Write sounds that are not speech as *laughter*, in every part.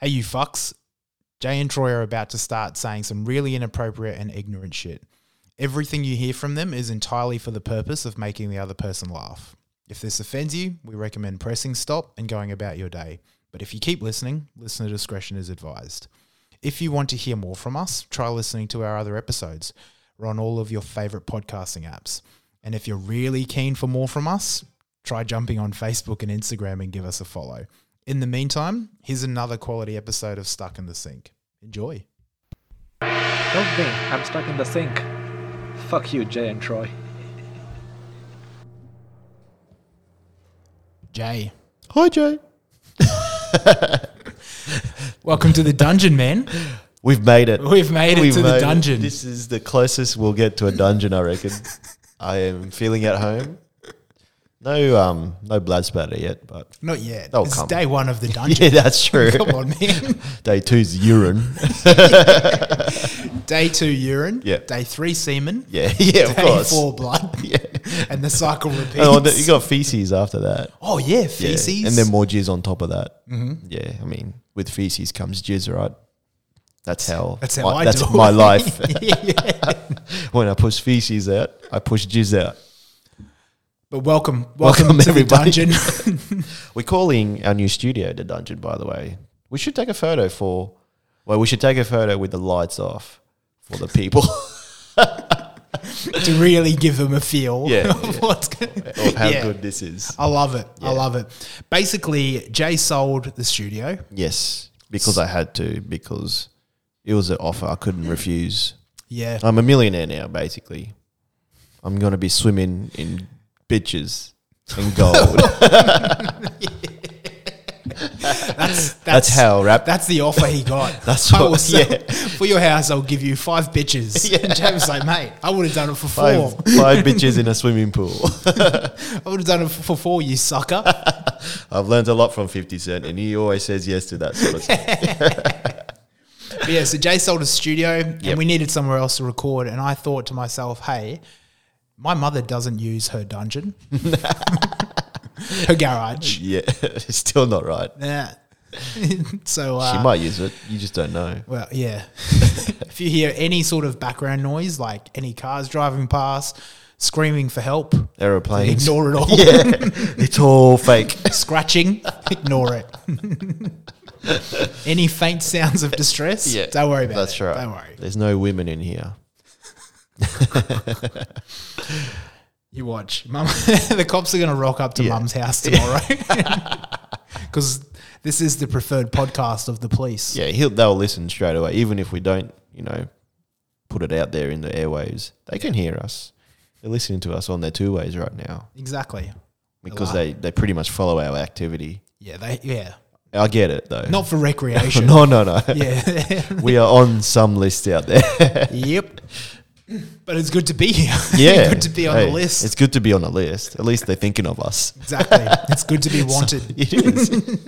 Hey, you fucks. Jay and Troy are about to start saying some really inappropriate and ignorant shit. Everything you hear from them is entirely for the purpose of making the other person laugh. If this offends you, we recommend pressing stop and going about your day. But if you keep listening, listener discretion is advised. If you want to hear more from us, try listening to our other episodes. We're on all of your favorite podcasting apps. And if you're really keen for more from us, try jumping on Facebook and Instagram and give us a follow. In the meantime, here's another quality episode of Stuck in the Sink. Enjoy. Help me, I'm stuck in the sink. Fuck you, Jay and Troy. Jay, Hi, Jay. welcome to the dungeon, man. We've made it. We've made it We've to made the it. dungeon. This is the closest we'll get to a dungeon, I reckon. I am feeling at home. No, um, no blood spatter yet, but *laughs* Not yet. Oh, it's come day one of the dungeon. *laughs* yeah, that's true. Come on, man. Day two's urine. Day two, urine. Yeah. Day three, semen. Yeah, *laughs* yeah, of Day course. four, blood. *laughs* Yeah. And the *laughs* cycle repeats. Oh, the- you got feces after that. Oh, yeah, Yeah. feces. And *laughs* then more jizz on top of that. Mm-hmm. Yeah, I mean, with feces comes jizz, right? That's how. That's how my, I That's do my it. *laughs* life. *laughs* Yeah. when I push feces out, I push jizz out. But welcome, welcome, Welcome, to everybody. *laughs* the dungeon. *laughs* We're calling our new studio the dungeon, by the way. We should take a photo for, well, we should take a photo with the lights off for the people to really give them a feel *laughs* Yeah, of yeah. what's going *laughs* of how Yeah. good this is. I love it. I Yeah. love it. Basically, Jay sold the studio. Yes, because I had to, because it was an offer I couldn't refuse. Yeah. I'm a millionaire now, basically. I'm going to be swimming in bitches *laughs* and gold. That's, That's how rap. That's the offer he got. *laughs* That's I will what- sell- yeah. *laughs* For your house, I'll give you five *laughs* bitches. And Jay was like, mate, I would have done it for four. Five, *laughs* five bitches in a swimming pool. I would have done it for four, you *laughs* sucker. I've learned a lot from 50 Cent, and he always says yes to that sort of stuff. *laughs* But yeah, so Jay sold his studio and Yep. we needed somewhere else to record. And I thought to myself, hey, my mother doesn't use her *laughs* dungeon, *laughs* her garage. Yeah, *laughs* it's still not right. Yeah. *laughs* so uh, She might use it. You just don't know. Well, yeah. *laughs* if you hear any sort of background noise, like any cars driving past, screaming for help, Aeroplanes. *laughs* ignore it all. yeah, it's all fake. *laughs* Scratching, ignore it. *laughs* any faint sounds of distress, *laughs* don't worry about That's it. right. Don't worry. There's no women in here. You watch. Mum, *laughs* the cops are going to rock up to *laughs* Yeah. mum's house tomorrow. *laughs* Because this is the preferred podcast of the police. Yeah, he'll, they'll listen straight away, even if we don't, you know, put it out there in the airwaves. They can hear us. They're listening to us on their two ways right now Exactly. because they, they pretty much follow our activity. Yeah, they, yeah. I get it though. *laughs* Not for recreation. no, no, no. Yeah. *laughs* We are on some list *laughs* out there. Yep. But it's good to be here. *laughs* yeah, good to be on Hey, the list. *laughs* It's good to be on a list. At least they're thinking of *laughs* us. exactly. It's good to be *laughs* wanted. It is.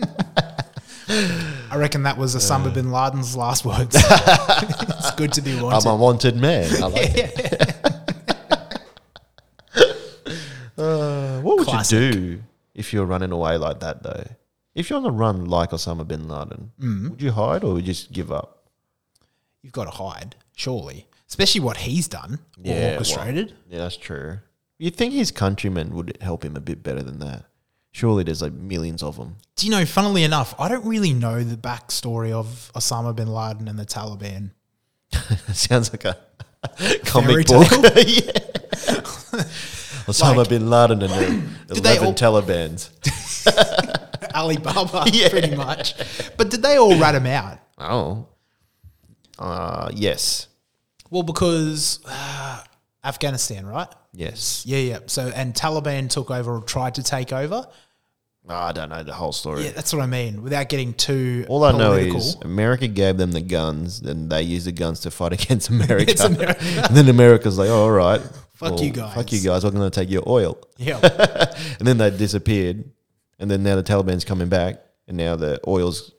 I reckon that was Osama bin Laden's last *laughs* words. it's good to be I'm wanted. a wanted man. I like it. *laughs* Uh, what would Classic. you do if you're running away like that, though? If you're on the run like Osama bin Laden, would you hide or would you just give up? You've got to hide, surely. Especially what he's done Yeah, or well. orchestrated. Yeah, that's true. You'd think his countrymen would help him a bit better than that. Surely there's like millions of *laughs* them. Do you know, funnily enough, I don't really know the backstory of Osama bin Laden and the Taliban. *laughs* Sounds *laughs* like a comic tale? book. *laughs* yeah. Osama Like- bin Laden and the Did they 11 all- Talibans. *laughs* Alibaba, pretty much. But did they all rat him out? Oh. Uh, yes. Well, because uh, Afghanistan, right? Yes. Yeah, yeah. So, and Taliban took over or tried to take over. Oh, I don't know the whole story. Yeah, that's what I mean. Without getting too All I know political. is America gave them the guns, and they used the guns to fight *laughs* against America. It's America. *laughs* and then America's like, "Oh, "All right, Fuck you guys." fuck you guys. We're going to take your oil." *laughs* yeah, And then they disappeared, and then now the Taliban's coming back, and now the oil's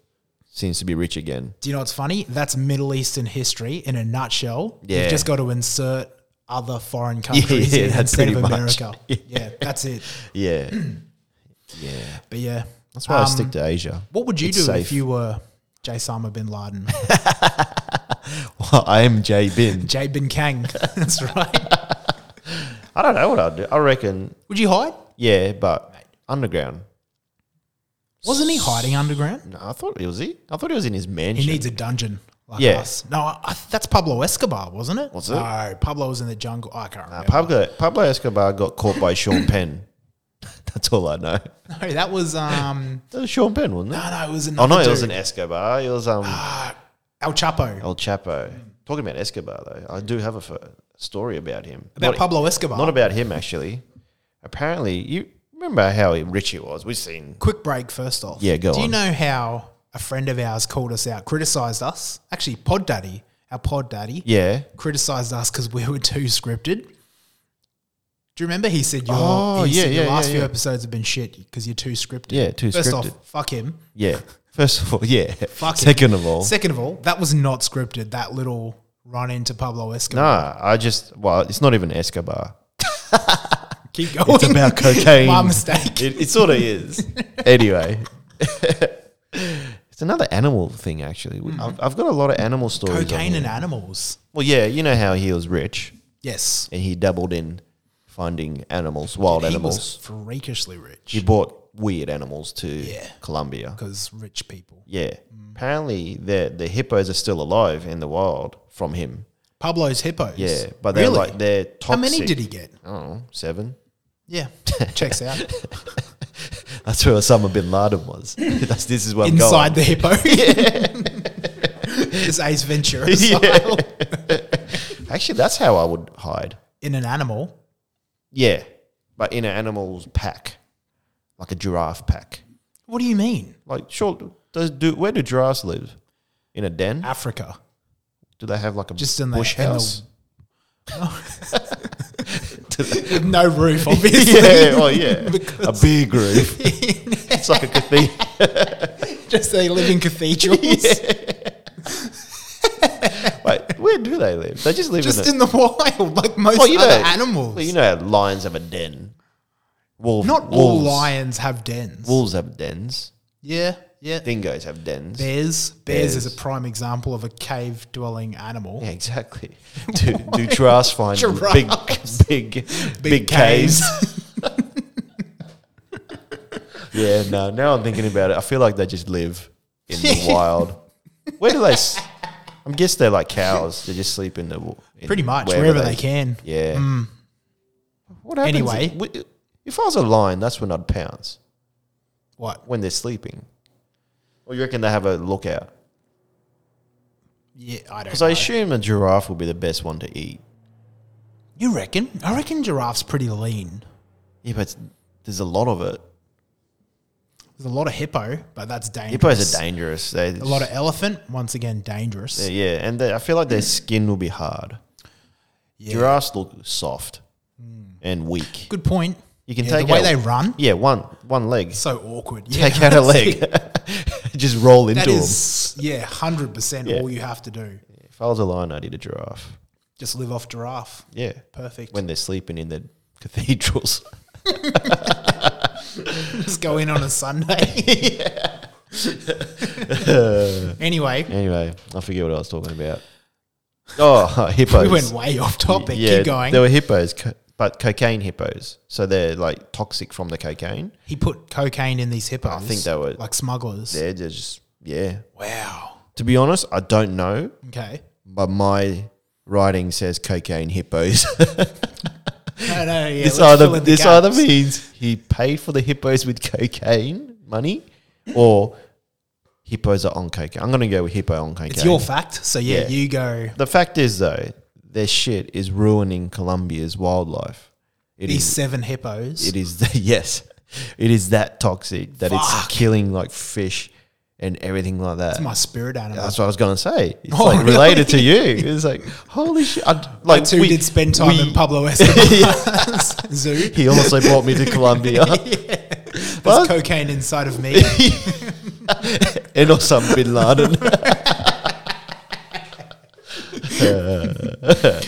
seems to be rich again. do you know what's funny? That's Middle Eastern history in a nutshell. Yeah. You've just got to insert other foreign countries *laughs* yeah, in that's instead of pretty much- *laughs* America. Yeah, that's it. Yeah, *clears throat* Um, yeah. But yeah, That's why I Um, stick to Asia. What would you It's do safe. if you were J. Osama bin Laden. *laughs* well, *laughs* I am J Bin. J. Bin Kang. *laughs* That's right. I don't know what I'd do. I reckon, Would you hide? yeah, but underground. Wasn't he hiding underground? No, I thought it was he. I thought he was in his He mansion. needs a dungeon. Like Yeah. us. No, I, I, that's Pablo Escobar, wasn't it? Was it? No, Pablo was in the jungle. I can't Uh, remember. Pablo, Pablo Escobar got caught by Sean Penn. *laughs* That's all I know. no, that was um. That was Sean Penn, wasn't it? No, Ah. no, it was Oh another. no, it dude. was an Escobar. It was um El Chapo. El Chapo. Talking about Escobar though, I do have a f- story about him. about Not- Pablo Escobar. Not about him actually. Apparently, you remember how rich he was. We've seen. Quick break first off. Yeah, go Do you on. know how a friend of ours called us out, criticized us? Actually, Pod Daddy, our Pod Daddy, Yeah. criticized us because we *laughs* were too scripted. Do you remember he said your, Oh, he yeah, said your yeah, last yeah, few yeah. episodes have been shit because you're too scripted. Yeah, too First scripted. off, fuck him. Yeah. First of all, yeah. Fuck him. Second of all, Second of all, that was not scripted. That little run into Pablo Escobar. nah. I just well, it's not even Escobar. *laughs* Keep going. It's about *laughs* cocaine. My mistake. It, it sort *laughs* of is. anyway, *laughs* it's another animal thing. Actually, We- I've, I've got a lot of animal stories. on Hmm. cocaine here. and animals. Well, yeah, you know how he was rich Yes. and he dabbled in finding animals, wild He was animals. freakishly rich. He bought weird animals to Yeah. Hmm. Colombia. because rich people. Yeah. Apparently, the the hippos are still alive in the wild from him. Pablo's hippos. Yeah, but they're Really? like they're How toxic. many did he get? I don't know, seven. Yeah, checks *laughs* out That's where Osama bin Laden *laughs* was. That's this is where I'm going. inside the hippo. *laughs* *laughs* it's Ace Ventura *laughs* *laughs* style. Actually, that's how I would hide. in an animal. Yeah, but in an animal's pack, like a giraffe pack. What do you mean, Like, sure, does do where do giraffes live? In a den? Africa? Do they have like a Just in the bush in the- *laughs* house? With *laughs* no roof, obviously. *laughs* yeah, oh yeah, *laughs* a big roof. it's like a cathedral. Just they live in *laughs* cathedrals. Wait, where do they live? They just live Just in a. in the wild, like most Oh, you know, other animals. Well, you know, how lions have a den. Wolves, Not all wolves, lions have dens. Wolves have dens. yeah, yeah. Dingoes have dens. Bears. Bears is a Bears. prime example of a cave dwelling animal. *laughs* Yeah, exactly. Do, do giraffes find big, Giraffes. big, big, caves? Yeah, no. Now I'm thinking about it. I feel like they just live *laughs* in the wild. Where do they? s- I'm guess they're like cows. They just sleep in the wa- *laughs* in Pretty much wherever, they, can. Mm. Hmm, Yeah. What happens Anyway. if- wi- If I was a lion, that's when I'd pounce What? when they're sleeping. Or you reckon they have a lookout? Yeah, I don't. Because I Know. assume a giraffe will be the best one to eat. you reckon? I reckon giraffes pretty lean. Yeah, but there's a lot of it. There's a lot of hippo, but that's dangerous. Hippos are dangerous. They A lot of elephant, once again, dangerous. yeah, and they, I feel like their skin will be hard. Yeah. Hmm. Giraffes look soft and weak. Good point. You can Yeah, take the way out- they run. Yeah, one *laughs* one leg. *laughs* So awkward. Yeah, *laughs* Take out a leg. *laughs* Just roll That into them. is, yeah, hundred percent. Yeah. All you have to do, If I was a lion, I'd eat a giraffe. just live off giraffe. Yeah, Perfect. when they're sleeping in the cathedrals. *laughs* *laughs* just go in on a *laughs* Sunday. *laughs* anyway, anyway, I forget what I was talking about. *laughs* Oh, *laughs* hippos. we went way off topic. Keep going. There were hippos, co- but cocaine hippos. So they're like toxic from the cocaine. he put cocaine in these hippos. I think they were- like smugglers. They're just yeah. Wow. To be honest, I don't know. Okay. but my writing says cocaine hippos. No, no, yeah. *laughs* this let's fill either in the this either gaps. means he paid for the hippos with cocaine money, or hippos are on cocaine. I'm going to go with hippo on cocaine. It's your fact. So yeah, Yeah. you go. the fact is though, their shit is ruining Colombia's wildlife. It These is. seven hippos. It is. *laughs* yes, it is that toxic that Fuck. it's killing like fish and everything like that. my spirit animal. That's what I was going to say. *laughs* It's Oh, like really? related to you. It's like holy shit. I, like I too we- did spend time we- in *laughs* Pablo Escobar's zoo. *laughs* He also brought me to Colombia. There's What? cocaine inside of *laughs* me. and Osama *laughs* bin Laden. yeah.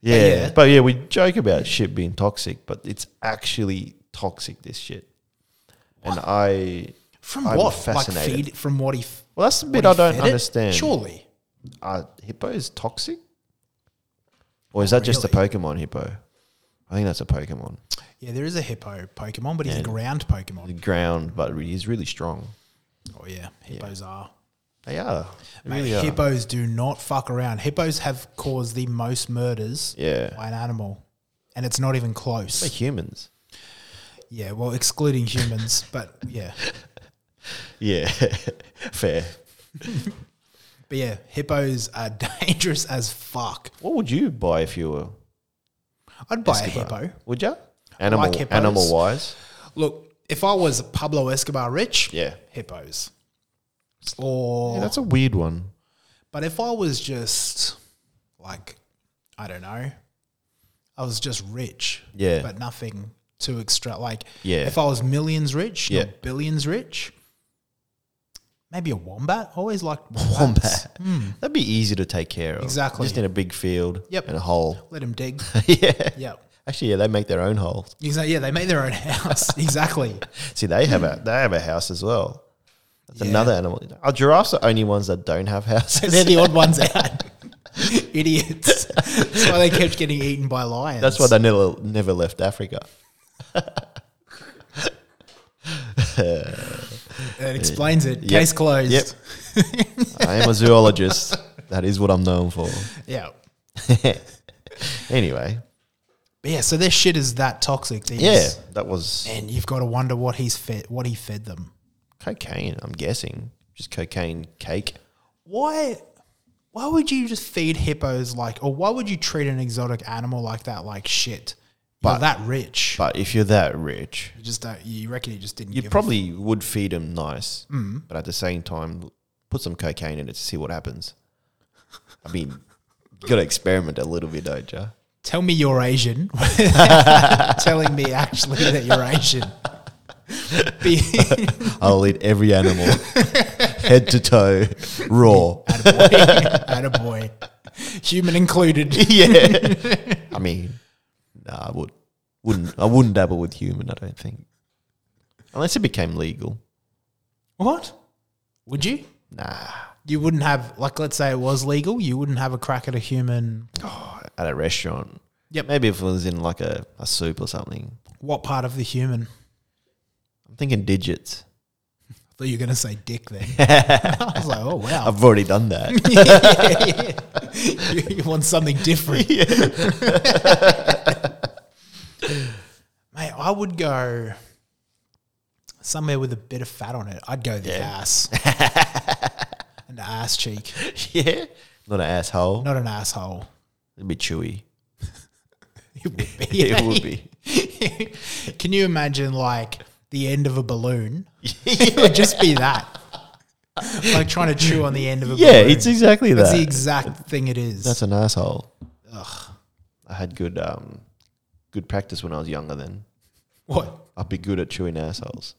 yeah. but yeah, we joke about shit being toxic, but it's actually toxic. This shit, and I From I'm what? Like fascinated. feed from what he f- Well, that's the bit I What, he don't fed it? understand. Surely. Are hippos toxic? Or is that just a Pokemon hippo? I think that's a Pokemon. Yeah, there is a hippo Pokemon, but he's a Yeah. ground Pokemon. Ground, but he's really strong. Oh yeah, hippos are. They are. They Mate, really uh, are. hippos do not fuck around. Hippos have caused the most murders Yeah. by an animal, and it's not even They're close. humans. Yeah, well, excluding humans, but yeah, Yeah. *laughs* Fair. but yeah, hippos are *laughs* dangerous as fuck. What would you buy if you were I'd buy Escobar? a hippo. Would you? Animal, hippos. animal wise. Look, if I was Pablo Escobar rich, Yeah. hippos. Or that's a weird one. But if I was just like, I don't know, I was just rich, Yeah. but nothing to extra. Like, Yeah. if I was millions rich, Yeah. not billions rich, maybe a wombat. I always *laughs* liked wombats. Wombat. That'd be easy to take care of. Hmm. Exactly. Just in a big field Yep. and a hole. *laughs* *laughs* Let them dig. yeah. yeah, Actually, yeah, they make their own holes. exactly. Yeah, they made their own house. *laughs* *laughs* exactly. See, they have a they have a house as well. That's Yeah. another animal. Are giraffes the only ones that don't *laughs* have houses? *laughs* They're the odd ones out. *laughs* Idiots. That's why they kept getting eaten by lions. That's why they never never left Africa. that explains it. Yep. Case closed. Yep. I am *laughs* a zoologist. That is what I'm known for. Yeah. Anyway, But yeah, so their shit is that toxic. These, yeah, that was and you've got to wonder what he's fed, what he fed them. cocaine. I'm guessing just cocaine cake. Why, why would you just feed hippos like, or why would you treat an exotic animal like that like shit? You're But- that rich, But if you're that rich, you just don't. You reckon he just didn't? you give a Mm. probably would feed them nice, but at the same time, put some cocaine in it to see what happens. I mean, you got to experiment a little bit, don't you? f- Tell me you're Asian. *laughs* Telling me actually that you're Asian. Be- *laughs* I'll eat every animal, head to toe, raw. Attaboy. Attaboy. Human *laughs* included. yeah. I mean, nah, I would wouldn't I wouldn't dabble with human. I don't think, unless it became legal. What? Would you? Nah, You wouldn't have like let's say it was legal, you wouldn't have a crack at a human at a restaurant. Yep. Maybe if it was in like a, a soup or something. What part of the human? I'm thinking digits. I thought you were going to say dick *laughs* then. I was like, oh, *laughs* wow. I've already done that. *laughs* Yeah, yeah. You, you want something *laughs* different. *laughs* Mate, I would go somewhere with a bit of fat on it. I'd go the *laughs* ass. an ass cheek, yeah. Not an asshole. not an asshole. It'd be chewy. It would be. *laughs* It would be. *laughs* Can you imagine like the end of a *laughs* balloon? *laughs* it would just be that. Like trying to chew on the end of a Yeah, balloon. it's exactly That's the that. exact thing it is. That's an asshole. I had good um, good practice when I was younger. Then what? I'd be good at chewing assholes.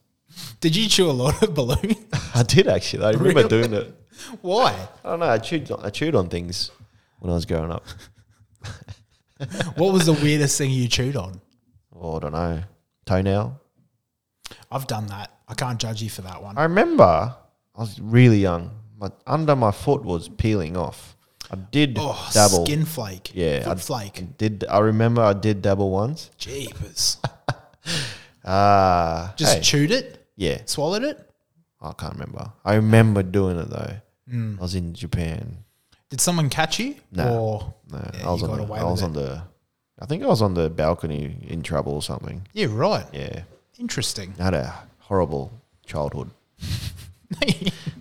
Did you chew a lot of balloons? I did actually. I remember Really? doing it. *laughs* Why? I don't know. I chewed. On, I chewed on things when I was growing up. What was the weirdest thing you chewed on? Oh, I don't know. Toenail. I've done that. I can't judge you for that one. I remember. I was really young. My under my foot was peeling off. I did Oh, dabble. skin flake. Yeah, Foot I'd- flake. Did I remember? I did dabble once. *laughs* Jeepers. Ah, Just hey, chewed it? yeah. Swallowed it? I can't remember. I remember doing it though. Hmm. I was in Japan. Did someone catch you? No. Or No, Yeah, I was you got on. The, away I with was it. on the. I think I was on the balcony in trouble or something. Yeah, right. Yeah, Interesting. *laughs* I had a horrible childhood.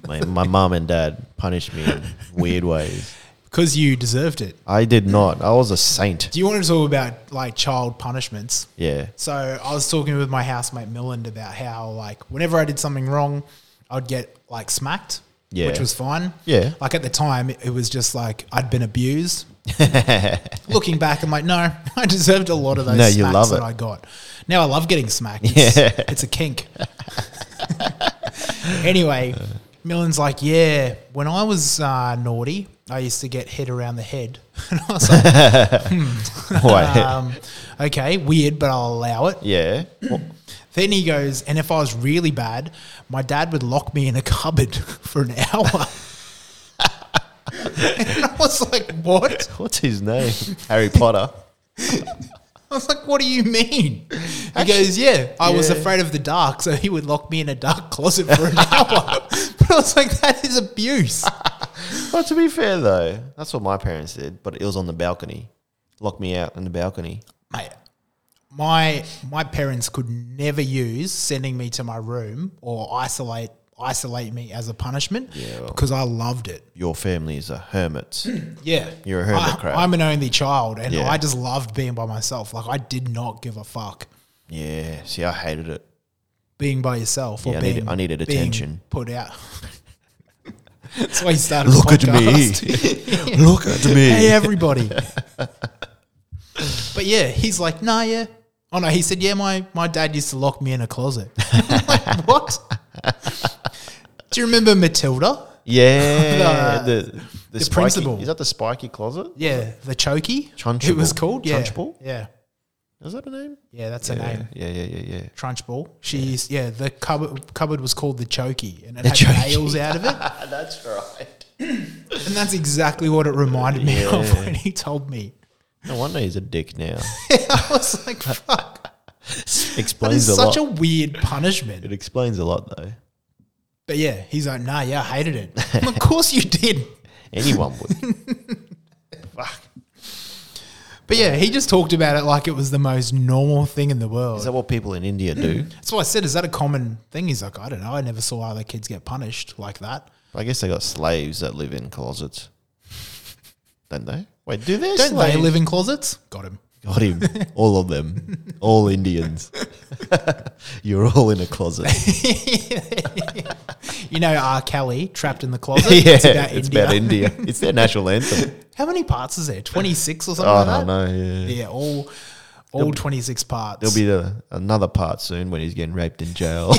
My my mum and dad punished me in weird ways. Because you deserved it. I did not. I was a saint. Do you want to talk about like child punishments? *laughs* Yeah. So I was talking with my housemate Milland about how like whenever I did something wrong, I'd get like smacked, Yeah. which was fine. Yeah. Like at the time, it was just like I'd been *laughs* abused. Looking back, I'm like, no, *laughs* I deserved a lot of those No, smacks you love that it. I got. Now I love getting smacked. It's, *laughs* it's a kink. anyway, Millen's like, yeah, when I was uh, naughty, I used to get hit around the head. *laughs* and I was *laughs* like, Why? um, okay, weird, but I'll allow it. yeah. Well, Then he goes, and if I was really bad, my dad would lock me in a cupboard *laughs* for an hour. *laughs* and I was like, what? What's his name? Harry Potter. I was like, what do you mean? He goes, yeah, I was yeah. afraid of the dark, so he would lock me in a dark closet for an hour. *laughs* but I was like, that is abuse. Well, to be fair though, that's what my parents did, but it was on the balcony. Locked me out on the balcony. Mate, my my parents could never use sending me to my room or isolate isolate me as a punishment Yeah, well. because I loved it. Your family is a hermit. Yeah. You're a hermit I, crab. I'm an only child and Yeah. I just loved being by myself. Like I did not give a fuck yeah. See, I hated it. being by yourself or Yeah, I being needed- I needed being attention. put out. *laughs* That's why he started. a Look at podcast. *laughs* *laughs* Look at hey everybody. but yeah, he's like, nah, yeah. Oh no, he said, yeah, my my dad used to lock me in a closet. *laughs* I'm like, what? Do you remember Matilda? *laughs* Yeah. the the, spiky- principal. Is that the spiky closet? Yeah, the chokey. It Trunchbull. was called yeah. Trunchbull? Yeah, Is that the name? yeah, that's her yeah. name. Yeah, yeah, yeah, yeah. Trunchbull. She used yeah. The cupboard cupboard was called the chokey, and it had chokey. nails out of it. *laughs* that's right. And that's exactly what it reminded me of Yeah. when he told me. *laughs* No wonder he's a dick *laughs* now. I was like, fuck. That explains is a such lot. a weird punishment. it explains a lot though. But yeah, he's like, nah, yeah, I hated it. I'm like, of course you did. Anyone *laughs* would. But yeah, he just talked about it like it was the most normal thing in the world. is that what people in India *laughs* do? That's why I said, is that a common thing? He's like, I don't know. I never saw other kids get punished like that. I guess they got slaves that live in closets, don't they? Wait, do they? Don't slaves? they live in closets? Got him. Got him. All of *laughs* them. All Indians. You're all in a closet. You know, R. Kelly, trapped in the closet. *laughs* yeah, it's about India. India. It's their *laughs* national anthem. How many parts is there? 26 or something oh, like no, that? no, yeah. Yeah, all all 26 parts. There'll be the, another part soon when he's getting raped in *laughs* jail.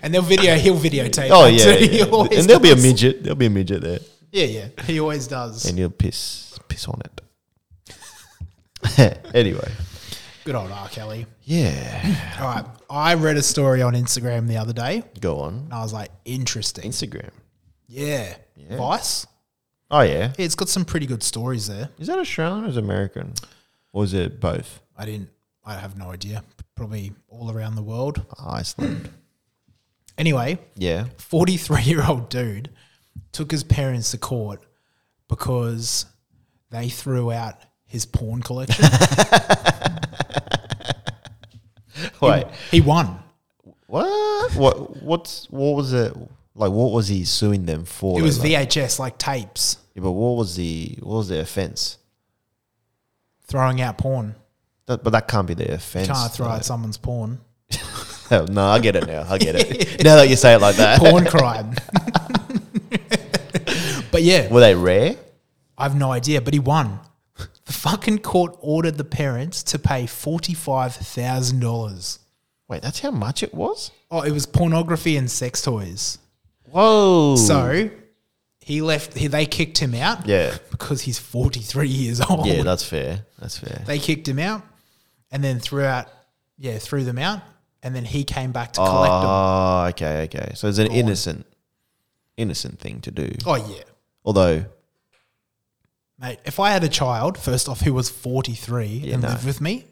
and they'll video, he'll videotape. oh, it yeah. too. *laughs* He yeah. always And there'll be a does. midget. There'll be a midget there. Yeah, yeah. He always does. And he'll piss, piss on it. *laughs* anyway. Good old R. Kelly. Yeah. All right. I read a story on Instagram the other day and Go on. I was like, interesting. Instagram. Yeah. Vice? Oh, yeah. Yeah, it's got some pretty good stories there. Is that Australian or is it American? Or is it both? I didn't, I have no idea. Probably all around the world. *clears throat* Iceland. Anyway, yeah. 43 year old dude took his parents to court because they threw out his porn collection. Wait. he won. What? What? What's? What was it? Like, what was he suing them for? It was Like, VHS, like tapes, yeah, but what was the what was the offense? throwing out porn. That, but that can't be the offense. Can't throw out someone's porn. Hell, no, I get it now. I get *laughs* it now that you say it like that. Porn crime. *laughs* but yeah, *laughs* Were they rare? I have no idea, but he won. The fucking court ordered the parents to pay $45,000. Wait, that's how much it was. Oh, it was pornography and sex toys. Whoa. So he left, he, they kicked him out Yeah. because he's 43 years *laughs* old. Yeah, that's fair. That's fair. they kicked him out and then threw out, yeah, threw them out. And then he came back to collect them. Oh, okay, okay. So it's an innocent, innocent thing to do. Oh, yeah. Although, Mate, if I had a child, first off, who was 43 and no. lived with me,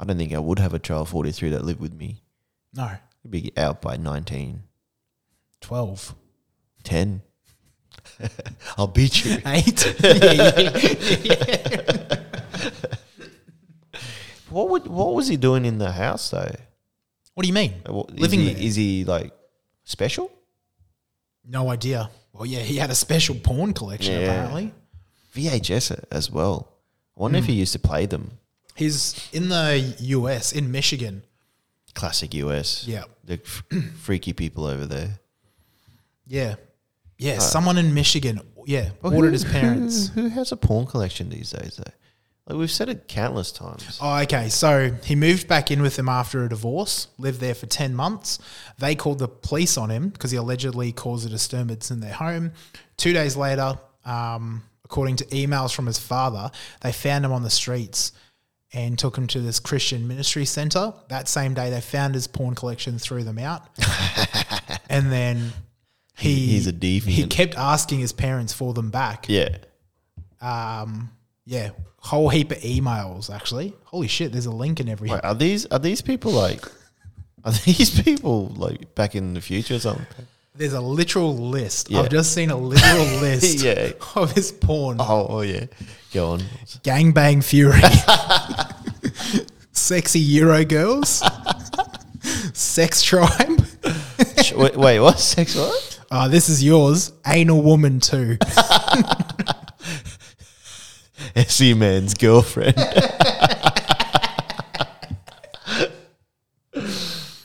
I don't think I would have a child forty three that lived with me. no, I'd be out by nineteen. *laughs* 12. 10. *laughs* I'll beat you. Eight? *laughs* yeah, yeah, yeah. What would what was he doing in the house though? What do you mean? Like, what- is Living he, there. is he like special? No idea. Well, yeah, he had a special porn collection Yeah. apparently. VHS as well. I wonder Hmm. if he used to play them. He's in the US, in Michigan. Classic US. Yeah. The f- *clears throat* freaky people over there. Yeah. Yeah, someone in Michigan, yeah, ordered his parents. Oh, *laughs* Who, who has a porn collection these days though? Like we've said it countless times. Oh, okay. So he moved back in with them after a divorce, lived there for 10 months. They called the police on him because he allegedly caused a disturbance in their home. Two days later, um, according to emails from his father, they found him on the streets and took him to this Christian ministry center. That same day, they found his porn collection, threw them *laughs* out, and then he He's a deviant. He kept asking his parents for them back. Yeah. Yeah, whole heap of emails actually. Holy shit! There's a link in every. Wait, are these are these people like *laughs* are these people like back in the future or something? There's a literal list. Yeah. I've just seen a *laughs* literal list Yeah. of his porn. Oh, oh yeah. Go *laughs* on. Gangbang *laughs* Fury. Sexy Euro girls. Sex *laughs* Tribe. Sh- wait, wait, what? Sex what? Oh, this is yours. Anal Woman 2. SE E man's *laughs* girlfriend. *laughs*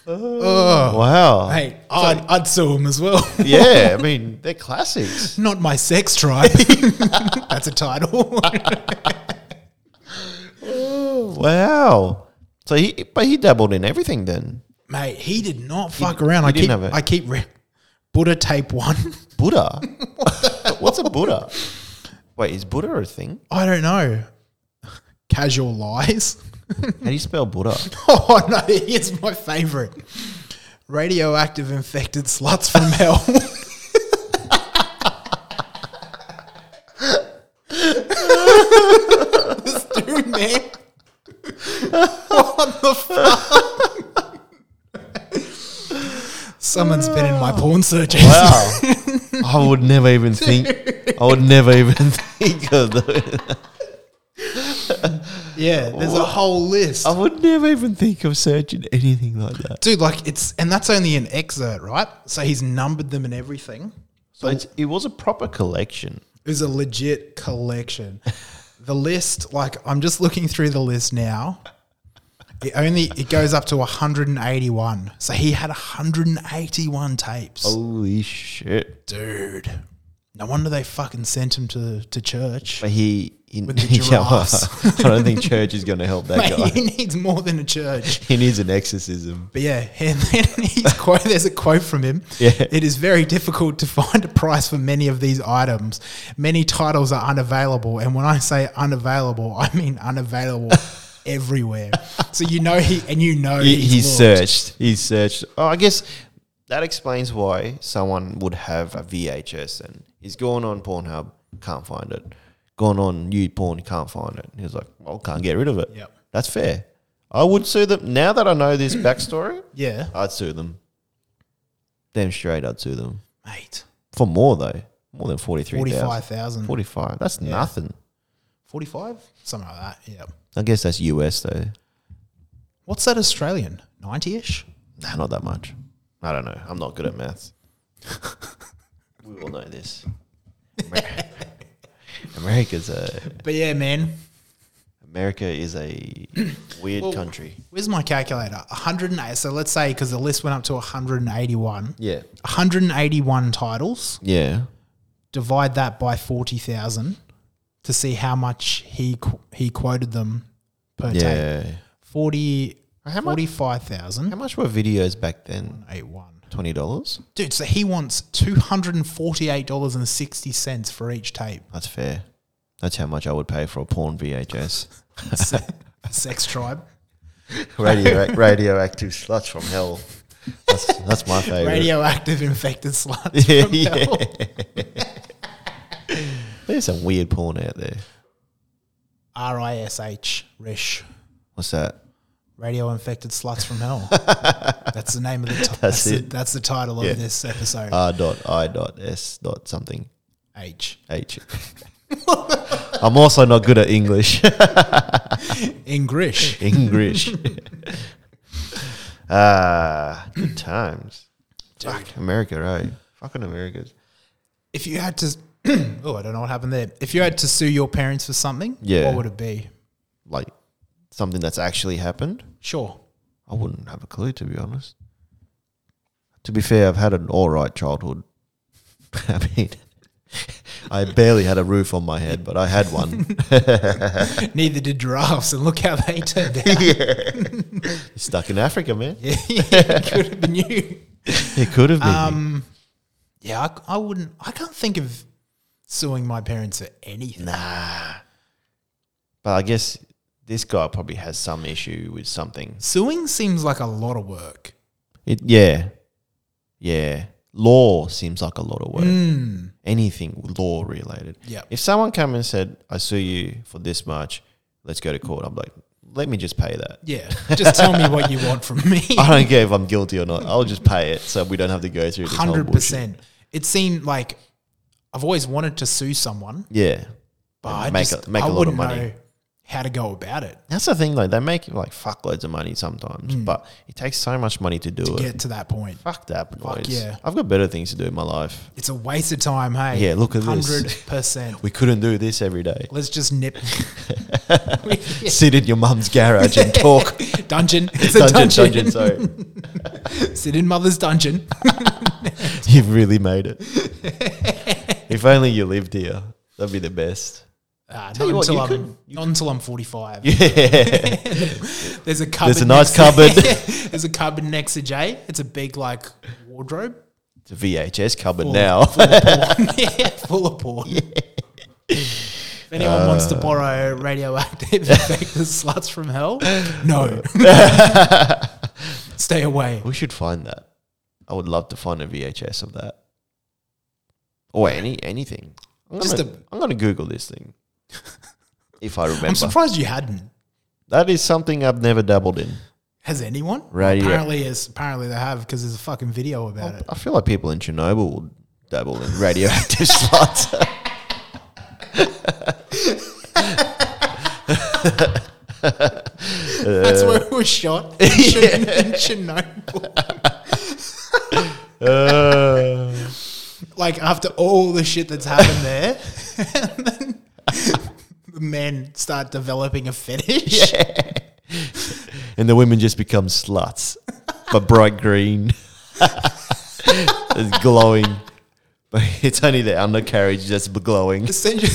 oh wow. Hey, I'd, I'd sue him as well. *laughs* Yeah, I mean they're *laughs* classics. Not my sex tribe. *laughs* That's a *laughs* title. Hmm. Wow. So he but he dabbled in everything then. Mate, he did not fuck around. I didn't keep, have it. I keep re- Buddha tape one. Buddha. *laughs* What's a Buddha? Wait, is Buddha a thing? I don't know. *laughs* Casual lies. *laughs* How do you spell Buddha? Oh no, here's my favorite. Radioactive infected sluts from hell. this dude, man. What the fuck? Someone's been in my porn searches. *laughs* Wow. I would never even think. I would never even *laughs* think of the, Yeah, there's a whole list. I would never even think of searching anything like that. Dude, like it's and that's only an excerpt, right? So he's numbered them and everything. So it's, it was a proper collection. It was a legit collection. *laughs* The list, like I'm just looking through the list now. It only it goes up to 181. So he had 181 tapes. Holy shit! Dude. No wonder they fucking sent him to, to church. *laughs* But he, he *laughs* the giraffes. I don't think church is going to help *laughs* that Mate, guy. he needs more than a church. He needs an exorcism. But yeah, *laughs* and then he's quote, there's a quote from him. Yeah. It is very difficult to *laughs* find a price for many of these items. Many titles are unavailable. And when I say unavailable, I mean *laughs* unavailable everywhere. So you know he, and you know He, he's he looked. searched. He searched. Oh, I guess that explains why someone would have a VHS and he's gone on Pornhub, can't find it. Gone on you porn, can't find it. He was like, well, can't get rid of it. Yep. That's fair. I would sue them. Now that I know this backstory, Yeah. I'd sue them. Damn straight, I'd sue them. Mate, For more, though. More than 43,000. 45,000. 45. That's nothing. 45? Something like that. Yeah. I guess that's US, though. What's that Australian? 90 ish? Nah, not that much. I don't know. I'm not good at maths. we all know this. Amer- *laughs* America's a But yeah, man, America is a weird country. where's my calculator? 108. So let's say, because the list went up to 181. Yeah. 181 titles. Yeah. divide that by 40,000 to see how much he qu- he quoted them per tape. Yeah. 40 How much- 45,000 How much were videos back then? eight one. Twenty dollars. Dude, so he wants $248.60 for each *laughs* tape. That's fair. That's how much I would pay for a porn VHS. Se- Sex Tribe. *laughs* Radio, radioactive sluts from hell. That's, that's my favorite. Radioactive infected *laughs* sluts. yeah. from *laughs* yeah. hell. There's some weird porn out there. R-I-S-H. Rish. What's that? Radio infected sluts from *laughs* hell. that's the name of the ti- that's, the, it. that's the title Yeah. Uh, of this episode. R dot I dot S dot something H. H. *laughs* I'm also not good at English. *laughs* Ingrish. English. *laughs* Ah, good times. Fuck America, right? Fucking America. if you had to *clears throat* oh i don't know what happened there if you had to sue your parents for something Yeah. what would it be Like something that's actually happened. sure *laughs* I wouldn't have a clue to be honest. To be fair, I've had an all right childhood. *laughs* I mean, I barely had a roof on my head, but I had one. neither did giraffes and look how they *laughs* turned out Stuck in Africa, man. it could have been you It could have been. me. um yeah I, I wouldn't i can't think of suing my parents for anything Nah. But I guess this guy probably has some issue with something. Suing seems like a lot of work. It, yeah, yeah. Law seems like a lot of work. Mm. Anything law related. Yep. If someone came and said, "I sue you for this much," let's go to court. I'm like, let me just pay that. Yeah. Just tell me what you want from me. *laughs* I don't care if I'm guilty or not. I'll just pay it, so we don't have to go through this whole Hundred bullshit. percent. It seemed like I've always wanted to sue someone, Yeah, but And I make just a- make I a lot wouldn't of money. know how to go about it that's the thing. Like they make like fuckloads of money sometimes, but it takes so much money to do it. Hmm. to get to that point. Fuck that Fuck noise. yeah. I've got better things to do in my life. It's a waste of time, hey. Yeah, look at this. Hundred percent. We couldn't do this every day. Let's just *laughs* nip *laughs* Sit in your mum's garage *laughs* and talk. dungeon. It's a dungeon, dungeon. dungeon. *laughs* Sorry, Sit in mother's dungeon. you've really *laughs* made it. if only you lived here, that'd be *laughs* the best. Uh, not you what, until you I'm could- not until I'm 45. *laughs* Yeah, There's a cupboard. a nice next to- *laughs* there's a cupboard next to Jay. It's a big like wardrobe. it's a VHS cupboard full- *laughs* now. full of *laughs* porn. yeah, full of porn. If anyone wants to Uh. borrow radioactive *laughs* infected sluts from hell, *laughs* no. Stay away. we should find that. I would love to find a VHS of that, or any anything. I'm Just gonna, a- I'm gonna Google *laughs* this thing if I remember. I'm surprised you hadn't. That is something I've never dabbled in. Has anyone? Radio- Apparently, it's, apparently they have because there's a fucking video about it. I feel like people in Chernobyl would dabble in radioactive *laughs* sluts. Oh, uh, That's where it was shot *laughs* in, Chern- in Chernobyl. Uh, Like after all the shit that's happened there, *laughs* and then the men start developing a fetish. and the women just become sluts, but bright green, it's glowing. But it's only the undercarriage that's glowing. Essentially,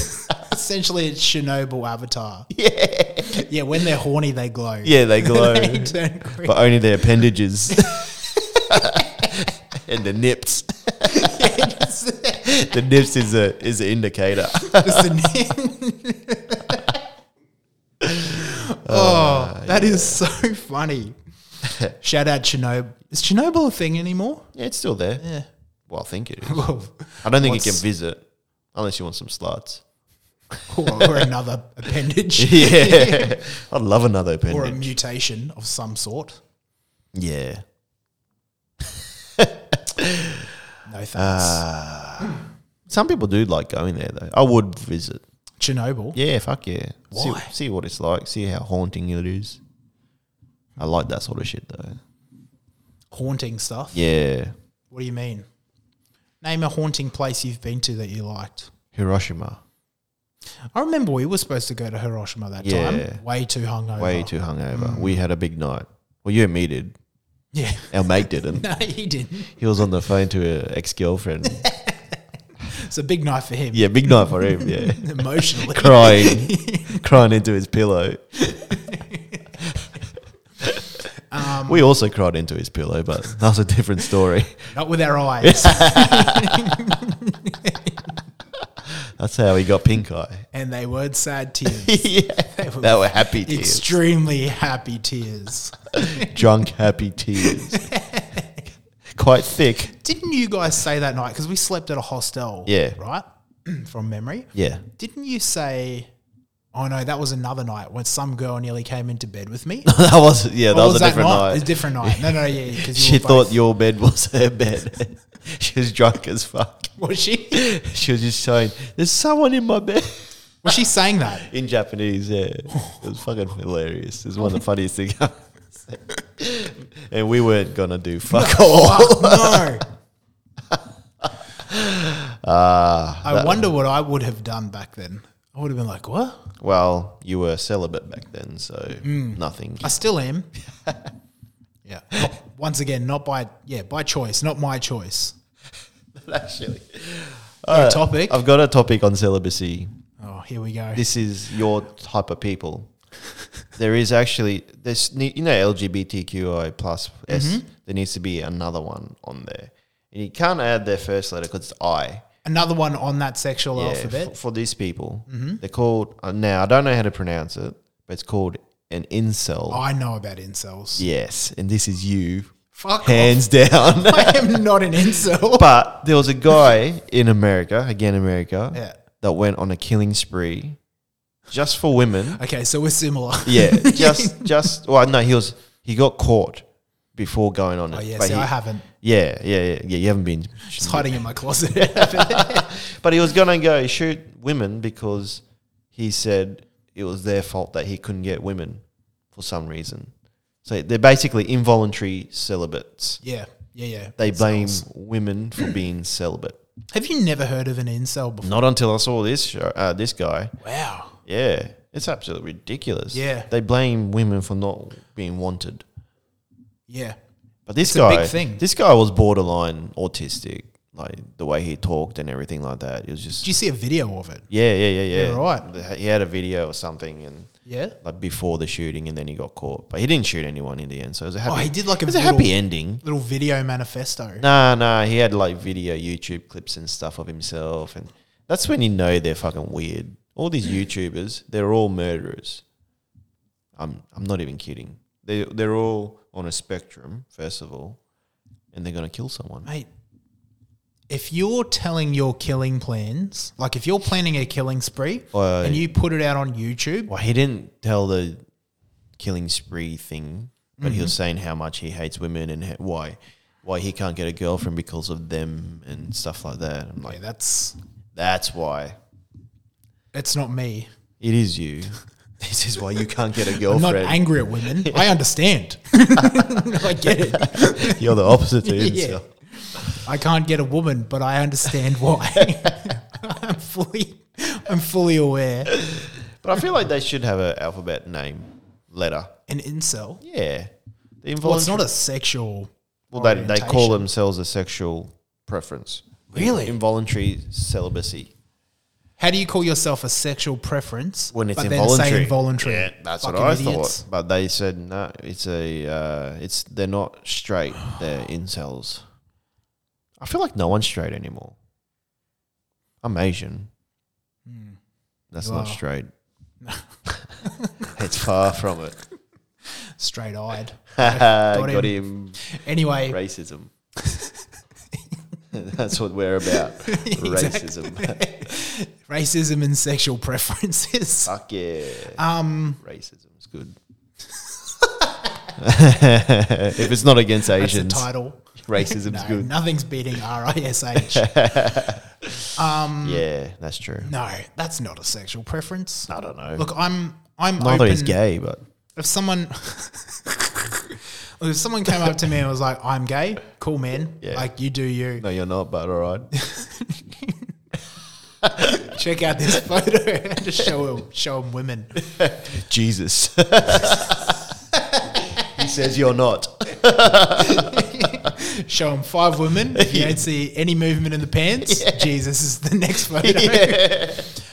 essentially, it's Chernobyl Avatar. Yeah, yeah. When they're horny, they glow. Yeah, they glow, *laughs* they turn green. but only their appendages *laughs* and the nips. *laughs* the nips is a is an indicator. Just *laughs* a- *laughs* oh, that is so funny. Shout out Chernobyl. Is Chernobyl a thing anymore? *laughs* Yeah, it's still there. Yeah. Well, I think it is. Well, I don't think you What's- can visit unless you want some sluts. or, or another appendage *laughs* Yeah. I'd love another or a appendage. mutation of some sort. yeah. No Uh, thanks. Some people do like going there though. I would visit. Chernobyl. Yeah, fuck yeah. See- Why? See, what it's like. See how haunting it is. I like that sort of shit though. Haunting stuff. Yeah. What do you mean? Name a haunting place you've been to that you liked. Hiroshima. I remember we were supposed to go to Hiroshima that Yeah. time. Way too hungover. Way too hungover. We had a big night. Well, you and me did. Yeah. *laughs* Our mate didn't. no, he didn't. He was on the phone to an ex girlfriend. It's a big night for him. yeah, big night for him. *laughs* Yeah. Emotionally. crying, crying into his pillow. Um, we also cried into his pillow, but that's a different story. *laughs* Not with our eyes. That's how he got pink eye. and they weren't sad tears. *laughs* yeah, that were *laughs* happy tears, Extremely happy tears. drunk happy tears, *laughs* quite thick. Didn't you guys say that night? Because we slept at a hostel. Yeah. Right? *clears throat* From memory. Yeah, Didn't you say, oh no, that was another night when some girl nearly came into bed with me? *laughs* *laughs* that was yeah, that Or was, a different night? night. It was a different night. No, no, yeah. Because she thought your bed was her bed. *laughs* she was drunk as fuck. *laughs* Was she? She was just saying, "There's someone in my bed." Was she saying *laughs* that? in Japanese. Yeah, it was fucking hilarious. It was one of the funniest things. I've said. and we weren't gonna do *laughs* fuck all. no. Ah, I wonder what I would have done back then. I would have been like, what? well, you were celibate back then, so nothing. I still am. yeah. Not- Once again, not by yeah by choice, not my choice. *laughs* Actually, Your topic. Uh, I've got a topic on celibacy. oh, here we go. This is your type of *laughs* people. There is actually there's ne- you know LGBTQI plus S. Mm-hmm. There needs to be another one on there, and you can't add their first letter because it's I. Another one on that sexual Yeah, alphabet. Mm-hmm. f- for these people. They're called uh, now. I don't know how to pronounce it. but it's called an incel. I know about incels. Yes, and this is you, Fuck hands down. *laughs* off. I am not an incel. but there was a guy in America, again America, yeah. that went on a killing spree just for women. Okay, so we're similar. Yeah, just just well, no, he was he got caught before going on *laughs* it. Oh, yeah, but see, he- I haven't. yeah, yeah, yeah, yeah. You haven't been. It's hiding in my *laughs* closet. But he was going to go shoot women because he said it was their fault that he couldn't get women for some reason. So they're basically involuntary celibates. yeah, yeah, yeah. They blame Incels. women for being celibate. Have you never heard of an incel before? Not until I saw this show, uh, this guy. Wow. Yeah, it's absolutely ridiculous. Yeah. they blame women for not being wanted. Yeah. But this It's a guy, big thing. this guy was borderline autistic, like the way he talked and everything like that. It was just Did you see a video of it? yeah, yeah, yeah, yeah. You're right. He had a video or something, and Yeah. like before the shooting, and then he got caught. But he didn't shoot anyone in the end, so it was a happy. Oh, he did like a it was a little- happy ending. Little video manifesto. Nah, nah. He had like video YouTube clips and stuff of himself, and that's when you know they're fucking weird. All these YouTubers, they're all murderers. I'm, I'm not even kidding. They, they're all on a spectrum, first of all, and they're gonna kill someone. Mate, if you're telling your killing plans, like if you're planning a killing spree Uh, and you put it out on YouTube, Well, he didn't tell the killing spree thing, but he was saying how much he hates women and ha- why, why he can't get a girlfriend because of them and stuff like that. I'm like, like, that's that's why. it's not me. It is *laughs* you. this is why you can't get a I'm not girlfriend. angry at *laughs* women. I understand. *laughs* I get it. You're the opposite *laughs* to Yeah. incel. I can't get a woman, but I understand why. *laughs* I'm fully I'm fully aware. But I feel like they should have an alphabet name letter. An incel. Yeah. The Well, it's involuntary. not a sexual well, they, they orientation. call themselves a sexual preference. Really? Involuntary celibacy. How do you call yourself a sexual preference when it's but involuntary. Then say involuntary? Yeah, that's what Fucking I idiots. thought. But they said no. It's a. Uh, it's they're not *sighs* straight. They're incels. I feel like no one's straight anymore. I'm Asian. That's Hmm. You not are. *laughs* straight. *laughs* it's far from it. *laughs* Straight eyed. Got, him. him. Anyway, Racism. *laughs* That's what *laughs* we're about. Racism. *laughs* racism and sexual preferences. *laughs* Fuck yeah. Um, Racism's good. *laughs* if it's not against that's the Asians, title. racism's *laughs* No, good. nothing's beating R I S *laughs* H. Yeah, that's true. Mm. No, that's not a sexual preference. I don't know. Look, I'm I'm Neither open. is gay, but If someone *laughs* Look, if someone came up to me and was like, "I'm gay," cool, man. Yeah. Like you do you. no, you're not. But all right, *laughs* Check out this *laughs* photo and just show him show him women. *laughs* Jesus. *laughs* he says you're not. Show him five women. If you *laughs* don't see any movement in the pants, Jesus is the *laughs* next photo.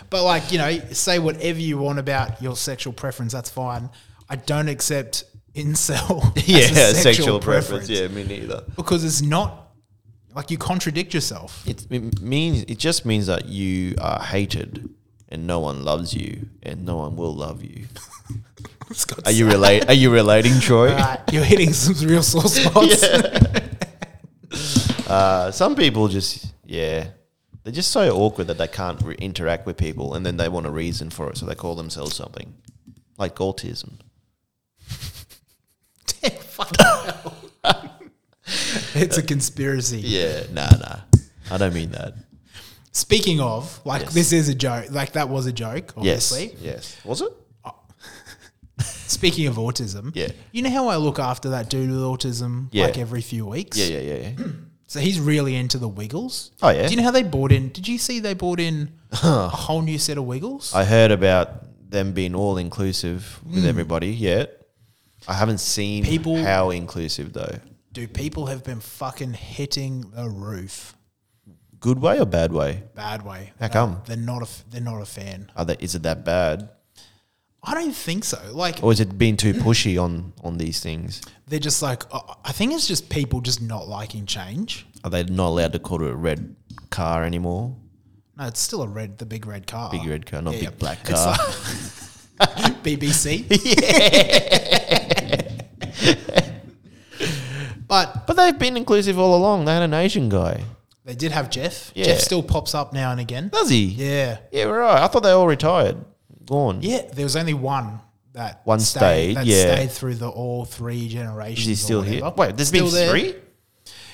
But like, you know, say whatever you want about your sexual preference, that's fine. I don't accept incel. *laughs* as a Yeah, sexual, preference. Yeah, me neither. Because it's not like you contradict yourself. It, it means it just means that you are hated, and no one loves you, and no one will love *laughs* you. Are you relate? Are you relating, Troy? Right, you're *laughs* hitting some real sore spots. *laughs* Uh, some people just yeah, they're just so awkward that they can't re- interact with people, and then they want a reason for it, so they call themselves something like autism. Damn, fucking hell. *laughs* it's a conspiracy. Yeah, nah, nah. I don't mean that. Speaking of, like, Yes. this is a joke. Like, that was a joke, Yes, obviously. yes. Was it? Speaking of autism, Yeah. you know how I look after that dude with autism Yeah. like every few weeks? Yeah, yeah, yeah, yeah. So he's really into the Wiggles. Oh, yeah. Do you know how they bought in? Did you see they bought *laughs* in a whole new set of Wiggles? I heard about them being all inclusive with everybody yet. I haven't seen Hmm. People- how inclusive though. Do people have been fucking hitting the roof? Good way or bad way? Bad way. How come? They're not a f- they're not a fan. Are they, is it that bad, I don't think so. Like or is it being *clears throat* too pushy on on these things? they're just like uh, I think it's just people just not liking change. Are they not allowed to call it a red car anymore? No, it's still a red, the big red car. Big red car, not Yeah, big yeah. black It's car. like- *laughs* *laughs* BBC. but But they've been inclusive all along. They had an Asian guy. they did have Jeff. Yeah. Jeff still pops up now and again. Does he? Yeah. Yeah, right. I thought they all retired. Gone. Yeah, there was only one that One stayed, that yeah. stayed through the all three generations. Is he or still here? whatever. Wait, there's been Still there. three?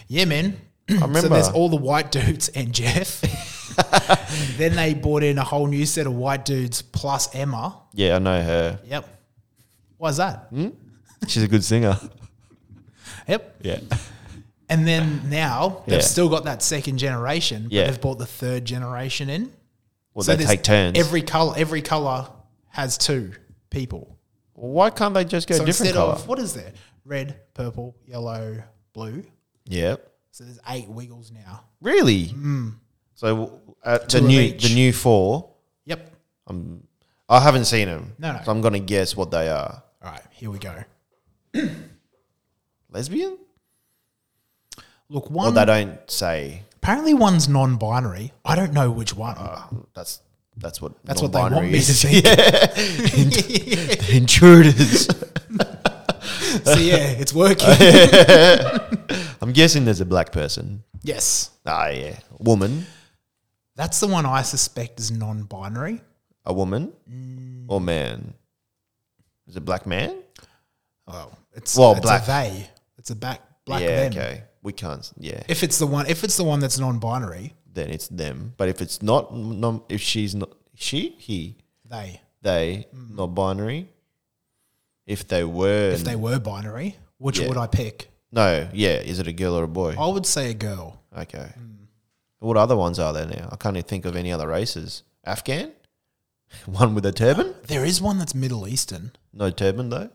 Yeah, man. *clears throat* I So remember. there's all the white dudes and *laughs* Jeff. then they brought in a whole new set of white dudes plus Emma. yeah, I know her. Yep. Why's that? Hmm? She's a *laughs* good singer. Yep. Yeah. And then now they've Yeah. still got that second generation, but Yeah. they've brought the third generation in. Well, So they there's take turns. Every color, every color has two people. Why can't they just go So different instead color? of what is there? Red, purple, yellow, blue. yeah. So there's eight wiggles now. Really? Mm. So uh, the Two of new each. the new four. Yep. I haven't seen them. No, no. So I'm gonna guess what they are. All right, here we go. Lesbian? Look, Well, one they don't say. apparently one's non-binary. I don't know which one. That's that's what That's what they want Ah, non-binary me to *laughs* is. think. *laughs* Intruders. *laughs* So yeah, it's working. I'm guessing there's a black person. yes, Ah, yeah, woman, that's the one I suspect is non-binary. a woman, Mm. or man. Is it black man? Oh, it's Well, it's black. a they. It's a back black yeah, them. okay. We can't. s- Yeah, If it's the one, if it's the one that's non-binary, then it's them. But if it's not, non, if she's not, she, he, they. they, not binary. If they were, Mm. If they were binary, which Yeah. would I pick? no, yeah, is it a girl or a boy? I would say a girl. Okay. Mm. What other ones are there now? I can't even think of any other races. Afghan, *laughs* one with a turban. There is one that's Middle Eastern. No turban though.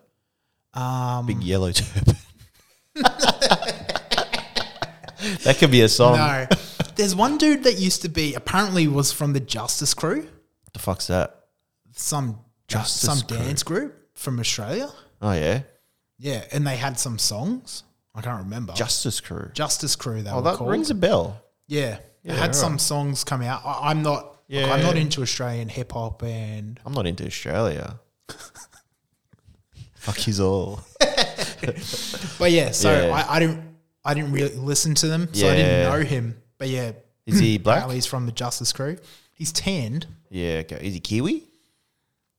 Um, Big yellow *laughs* turban. that could be a song. no, *laughs* there's one dude that used to be apparently was from the Justice Crew, The fuck's that? some Justice some Crew. dance group from Australia. Oh yeah, Yeah, and they had some songs. I can't remember. Justice Crew. Justice Crew. They Oh, were that called. rings a bell. yeah, they Yeah, had right. some songs come out. I, I'm not. Yeah. Yeah. I'm not into Australian hip hop and I'm not into *laughs* Australia. Fuck his all. But yeah, so Yeah. I, I didn't I didn't really listen to them, so I didn't Yeah. know him. But yeah, *laughs* Is he apparently black? he's from the Justice Crew. He's tanned. Yeah. Okay. Is he Kiwi?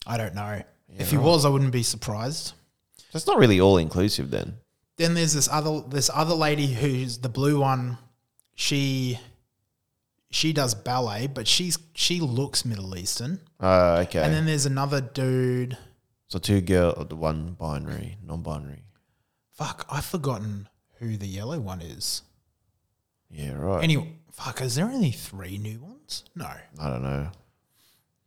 I don't know. if he was, I wouldn't be surprised. That's not really all inclusive then. Then there's this other this other lady who's the blue one. She she does ballet, but she's she looks Middle Eastern. Oh, okay. And then there's another dude. so two girl, or the one binary, non-binary. Fuck, I've forgotten who the yellow one is. Yeah. Right. Anyway, fuck, is there only three new ones? No. I don't know. *laughs*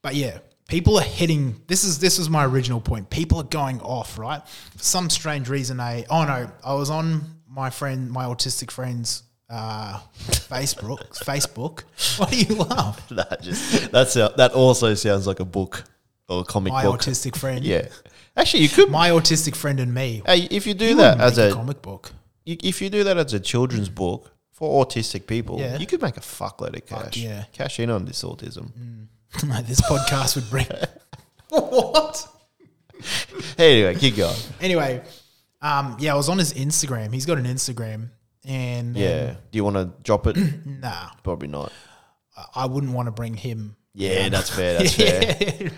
But yeah, people are hitting. This is this was my original point. People are going off, right? For some strange reason, I oh no, I was on my friend, my autistic friend's uh, Facebook. *laughs* Facebook. Why do you laugh? that just *laughs* that's a, that also sounds like a book or a comic My book. autistic friend. *laughs* Yeah, actually, you could. My autistic friend and me. hey, if you do You that wouldn't as make a, comic book. *laughs* you- if you do that as a children's book for autistic people, Yeah. you could make a fuckload of cash. yeah. Mm. cash in on this autism. No, this podcast would bring. *laughs* what? Anyway, *laughs* keep going. Anyway, um, yeah, I was on his Instagram. He's got an Instagram, and Yeah, do you want to *clears throat* drop it? nah, Probably not. I- I wouldn't want to bring him. Yeah, that's *laughs* fair. *laughs* That's fair.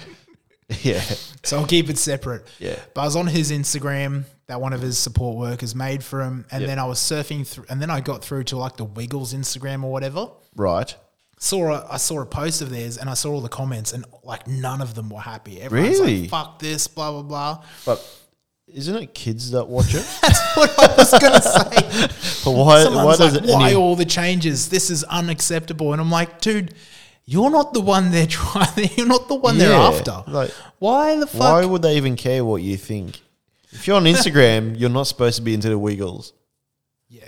Yeah, So I'll keep it separate. Yeah. But I was on his Instagram that one of his support workers made for him, and Yep. then I was surfing through, and then I got through to like the Wiggles Instagram or whatever. right. Saw a, I saw a post of theirs, and I saw all the comments, and like none of them were happy. Everyone's Really? Like, Fuck this, blah blah blah. But isn't it kids that watch *laughs* it? What I was gonna say. *laughs* But why? Someone's why does like, it? why any, all the changes? This is unacceptable. And I'm like, dude. You're not the one they're *laughs* trying. You're not the one they're Yeah, after. like, why the fuck? why would they even care what you think? If you're *laughs* on Instagram, you're not supposed to be into the Wiggles. Yeah.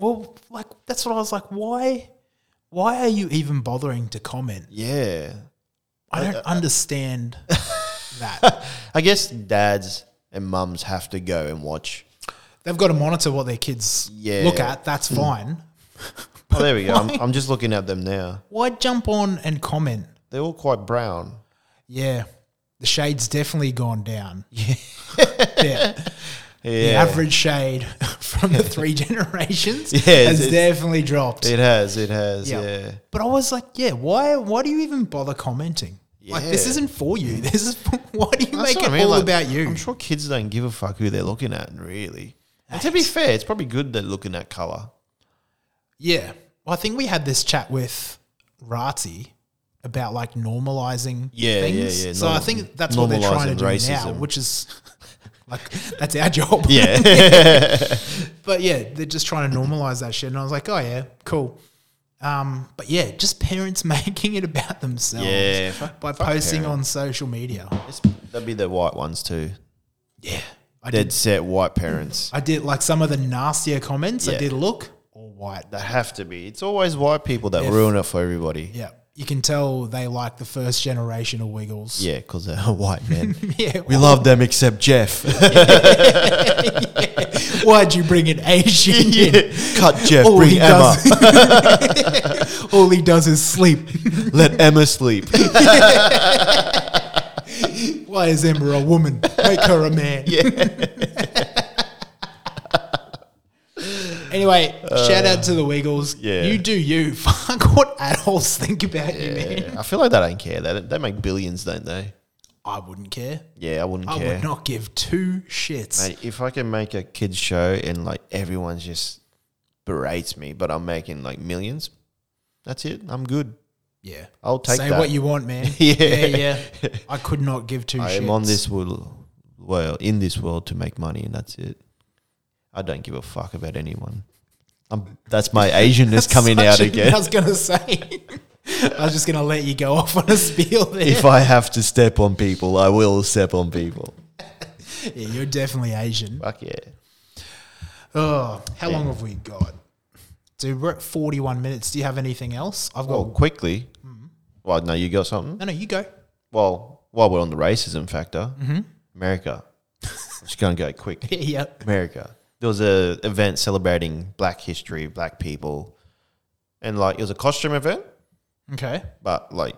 Well, like that's what I was like. Why? Why are you even bothering to comment? Yeah. I don't understand that. I guess dads and mums have to go and watch. They've got to monitor what their kids Yeah. Hmm. look at. That's fine. Oh, there we go. I'm, Why? I'm just looking at them now. Why jump on and comment? They're all quite brown. Yeah. the shade's definitely gone down. *laughs* Yeah. Yeah. The Yeah. average shade *laughs* from the *laughs* three generations Yeah, it's- has it's- definitely dropped. It has. It has. Yeah. Yeah. But I was like, yeah, why why do you even bother commenting? Like this Yeah. isn't for you. *laughs* This is for, why do you That's make what it I mean, all like, about you? I'm sure kids don't give a fuck who they're looking at, really. And to be fair, it's probably good they're looking at color. Yeah. Well, I think we had this chat with Rati about like normalizing Yeah, things. yeah, yeah, So I normal- think that's what they're trying to do normalizing now, racism. which is *laughs* like that's our *laughs* job. *laughs* Yeah. But yeah, they're just trying to normalize that shit. And I was like, oh yeah, cool. Um, but yeah, just parents *laughs* making it about themselves Yeah, fuck- by posting parents. on social media. It's- That'd be the white ones too. Yeah. I did Dead set white parents. I did like some of the nastier comments. I Yeah. did look all white. They have to be. It's always white people that If- ruin it for everybody. Yeah. You can tell they like the first generation of Wiggles. Yeah, because they're *laughs* white men. *laughs* yeah we love them except *laughs* Jeff. Why'd you bring an Asian in? *laughs* Cut Jeff, All bring he Emma. *laughs* does, all he does is *laughs* sleep. Let Emma sleep. Why is Emma a woman? Make her a man. *laughs* anyway, shout out to the Wiggles. Uh, yeah. You do you. *laughs* Fuck what adults think about you, man. *laughs* Yeah, I feel like they don't care. They, they make billions, don't they? I wouldn't care. Yeah, I wouldn't I care. would not give two shits. Mate, if I can make a kids show and like everyone just berates me, but I'm making like millions, that's it. I'm good. Yeah. I'll take Say that. what you want, man. *laughs* Yeah. yeah, yeah. I could not give two *laughs* I shits. am on this world, well, in this world to make money, and that's it. I don't give a fuck about anyone. I'm, that's my Asianness coming out Such a- *laughs* again. I was gonna say. I was just gonna let you go off on a spiel there. *laughs* If I have to step on people, I will step on people. yeah, you're definitely Asian. Fuck yeah. Oh, how long have we got? Dude, we're at 41 minutes. Do you have anything else? I've got. Well, quickly. Well, no, you got something. no, no, you go. Well, while we're on the racism factor, America. I'm just going to go quick. *laughs* Yeah. America. There was a event celebrating Black history, Black people, and like it was a costume event, Okay. but like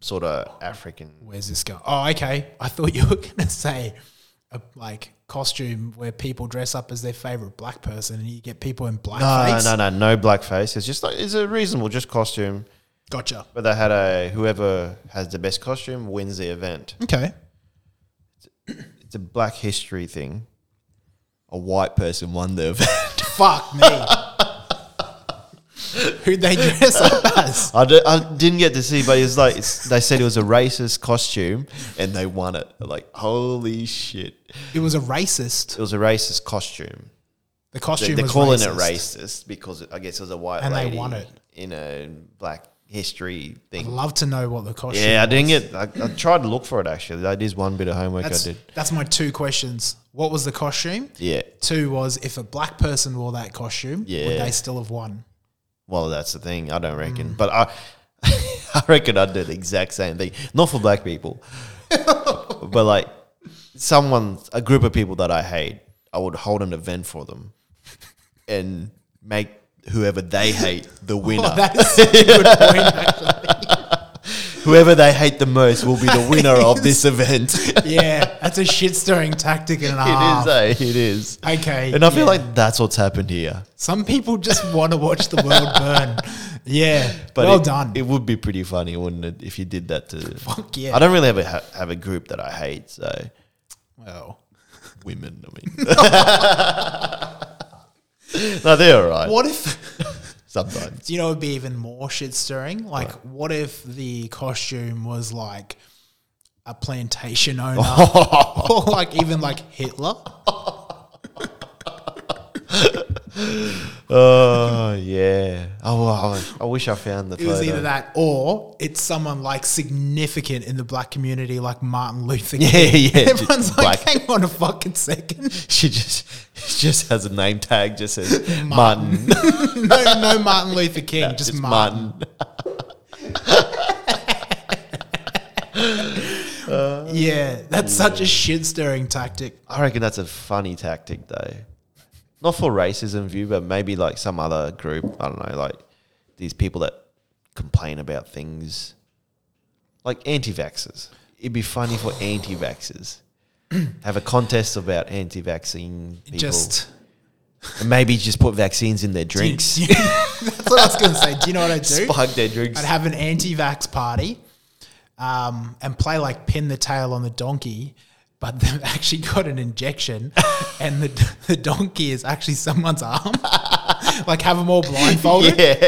sort of African. Where's this going? Oh, okay. I thought you were *laughs* gonna say a like costume where people dress up as their favorite black person, and you get people in No, blackface. no, no, no blackface. It's just like it's a reasonable just costume. Gotcha. But they had a whoever has the best costume wins the event. Okay. It's a Black history thing. A white person won the *laughs* event. Fuck *laughs* me. Who'd they *laughs* dress up as? I, d- I didn't get to see, but it's like it's, they said it was a racist costume, and they won it. Like holy shit! It was a racist. It was a racist costume. The They, costume they're was calling racist. it racist because I guess it was a white And they lady won it. in a black history I'd thing. love to know what the costume. Yeah, I was. didn't get. I, I tried to look for it actually. That is one bit of homework That's, I did. that's my two questions. What was the costume? Yeah. Two was if a black person wore that costume, would Yeah. they still have won? *laughs* Well, that's the thing. I don't reckon, but I, *laughs* I reckon I'd do the exact same thing. Not for black people, *laughs* but like someone, a group of people that I hate, I would hold an event for them, and make whoever they hate the winner. *laughs* Oh, that is a good point. actually. *laughs* whoever they hate the most will be the winner *laughs* of this event. it Yeah, that's a shit stirring tactic and a half. is, eh? *laughs* It is. okay, And I feel yeah. like that's what's happened here. some people just want to watch the *laughs* world burn. Yeah, But well it- done. It would be pretty funny, wouldn't it, if you did that to? *laughs* Fuck yeah. I don't really have a ha- have a group that I hate, so. well, women. I mean, *laughs* no, they're all right what if? sometimes. *laughs* Do you know it'd be even more shit stirring? Like, what if the costume was like a *laughs* plantation owner, *laughs* or like even like Hitler? Oh yeah. Oh, well, I, I wish I found the It was photo. either that, or it's someone like significant in the black community, like Martin Luther King. *laughs* Yeah, yeah. Everyone's just like, black. *laughs* hang on a fucking second. She just she just has a name tag. Just says Martin. *laughs* No, no Martin Luther King, *laughs* just Just Martin. Martin. Yeah, that's such a shit stirring tactic. I reckon that's a funny tactic though. Not for racism view, but maybe like some other group. I don't know, like these people that complain about things, like anti-vaxxers. it'd be funny for *clears throat* anti-vaxxers. Have a contest about anti-vaccine people. Just and maybe just put vaccines in their drinks. *laughs* that's what I was going to say. Do you know what I'd *laughs* do? Spike their drinks. I'd have an anti-vax party, um, and play like pin the tail on the donkey, but they've *laughs* actually got an *laughs* injection, and the the donkey is actually someone's arm. *laughs* like have them all *laughs* blindfolded, *laughs* and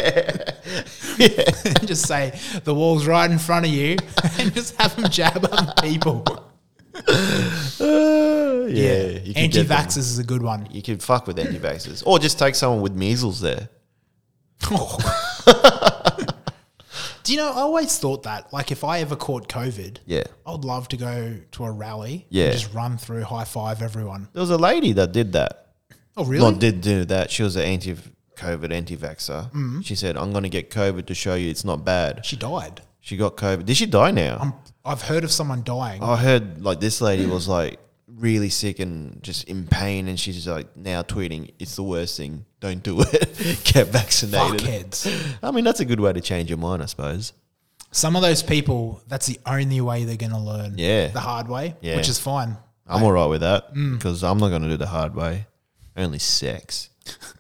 just say the wall's right in front of you, *laughs* and just have them jab other people. Uh, yeah, you could get them- anti-vaxxers is a good one. You could fuck with anti-vaxxers, or just take someone with measles there. *laughs* Do you know? I always thought that, like, if I ever caught COVID, Yeah, I'd love to go to a rally Yeah. and just run through, high five everyone. there was a lady that did that. Oh, really? Not did do that. She was an anti-COVID anti-vaxxer. Mm-hmm. She said, "I'm going to get COVID to show you it's not bad." she died. She got COVID. Did she die now? I'm, I've heard of someone dying. I heard like this lady was like really sick and just in pain, and she's just, like now tweeting, "It's the worst thing. Don't do it. *laughs* Get vaccinated." Fuckheads. I mean, that's a good way to change your mind, I suppose. Some of those people, that's the only way they're going to learn. Yeah. The hard way, Yeah. which is fine. I'm all right with that Mm. because I'm not going to do the hard way. Only *laughs* sex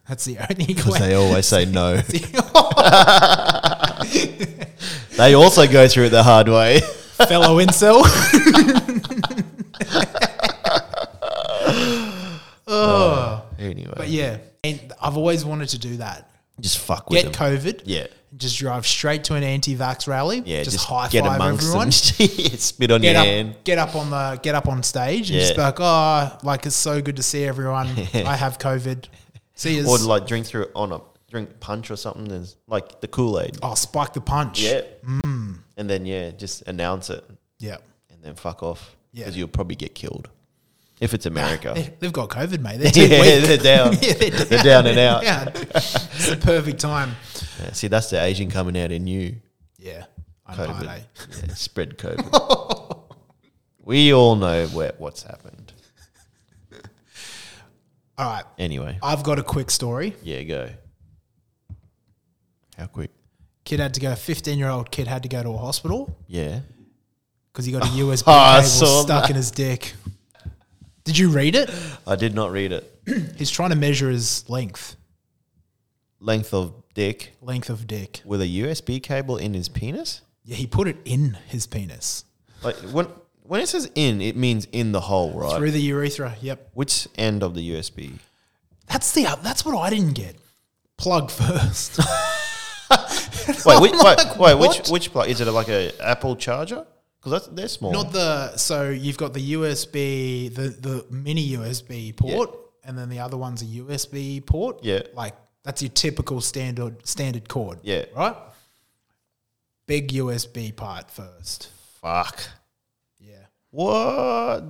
That's the *laughs* only because they way. always say *laughs* no. they also go through it the hard way. Fellow incel. *laughs* *laughs* anyway, but yeah. And I've always wanted to do that. just fuck with Get them. COVID. yeah, Just drive straight to an anti-vax rally. yeah. Just, Just, high get five amongst everyone. them. *laughs* Yeah, Spit on Get your up, hand. get up on the, get up on stage and just Yeah. be like, oh, like it's so good to see *laughs* everyone. I have COVID. See Or you. like drink through it on a drink punch or something. There's like the Kool Aid. Oh, mm. spike the punch. Yeah. And then yeah, just announce it Yeah. and then fuck off Yeah. because you'll probably get killed if it's America. They- They've got COVID, mate. *laughs* They're too *laughs* yeah, weak. they're down. *laughs* Yeah, they're, down and out. Yeah. It's the perfect time. Yeah, see, that's the Asian coming out in you. Yeah. I'm COVID. hard, eh? Yeah, spread COVID. *laughs* we all know where, what's happened. All right. Anyway, I've got a quick story. yeah, go. How quick? Kid had to go, 15 year old kid had to go to a hospital Yeah. because he got a *laughs* USB Oh, I cable saw stuck in his dick. Did you read it? I did not read it. He's trying to measure his length, Length of dick length of dick. with a USB cable in his penis? Yeah, he put it in his penis Like when when it says in, it means in the hole, right? through the urethra. Yep. Which end of the *laughs* USB? That's the uh, that's what I didn't get. Plug first. *laughs* Wait, which, wait, wait, what? which which plug? Is it like a Apple charger? Because that's they're small. Not the so you've got the USB, the the mini USB port, and then the other one's a USB port. Yeah. like that's your typical standard standard cord. Yeah. right. Big USB part first. Fuck. Yeah, What?